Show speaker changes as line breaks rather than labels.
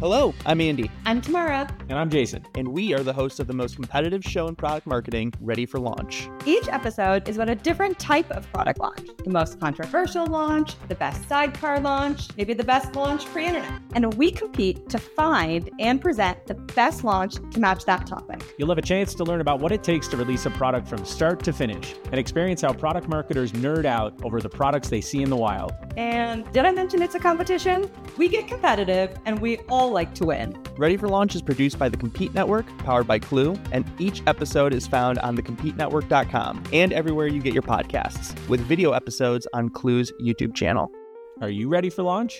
Hello, I'm Andy.
I'm Tamara.
And I'm Jason.
And we are the hosts of the most competitive show in product marketing, Ready for Launch.
Each episode is about a different type of product launch the most controversial launch, the best sidecar launch, maybe the best launch pre internet. And we compete to find and present the best launch to match that topic.
You'll have a chance to learn about what it takes to release a product from start to finish and experience how product marketers nerd out over the products they see in the wild.
And did I mention it's a competition? We get competitive and we all like to win.
Ready for Launch is produced by the Compete Network, powered by Clue, and each episode is found on thecompetenetwork.com and everywhere you get your podcasts, with video episodes on Clue's YouTube channel.
Are you ready for launch?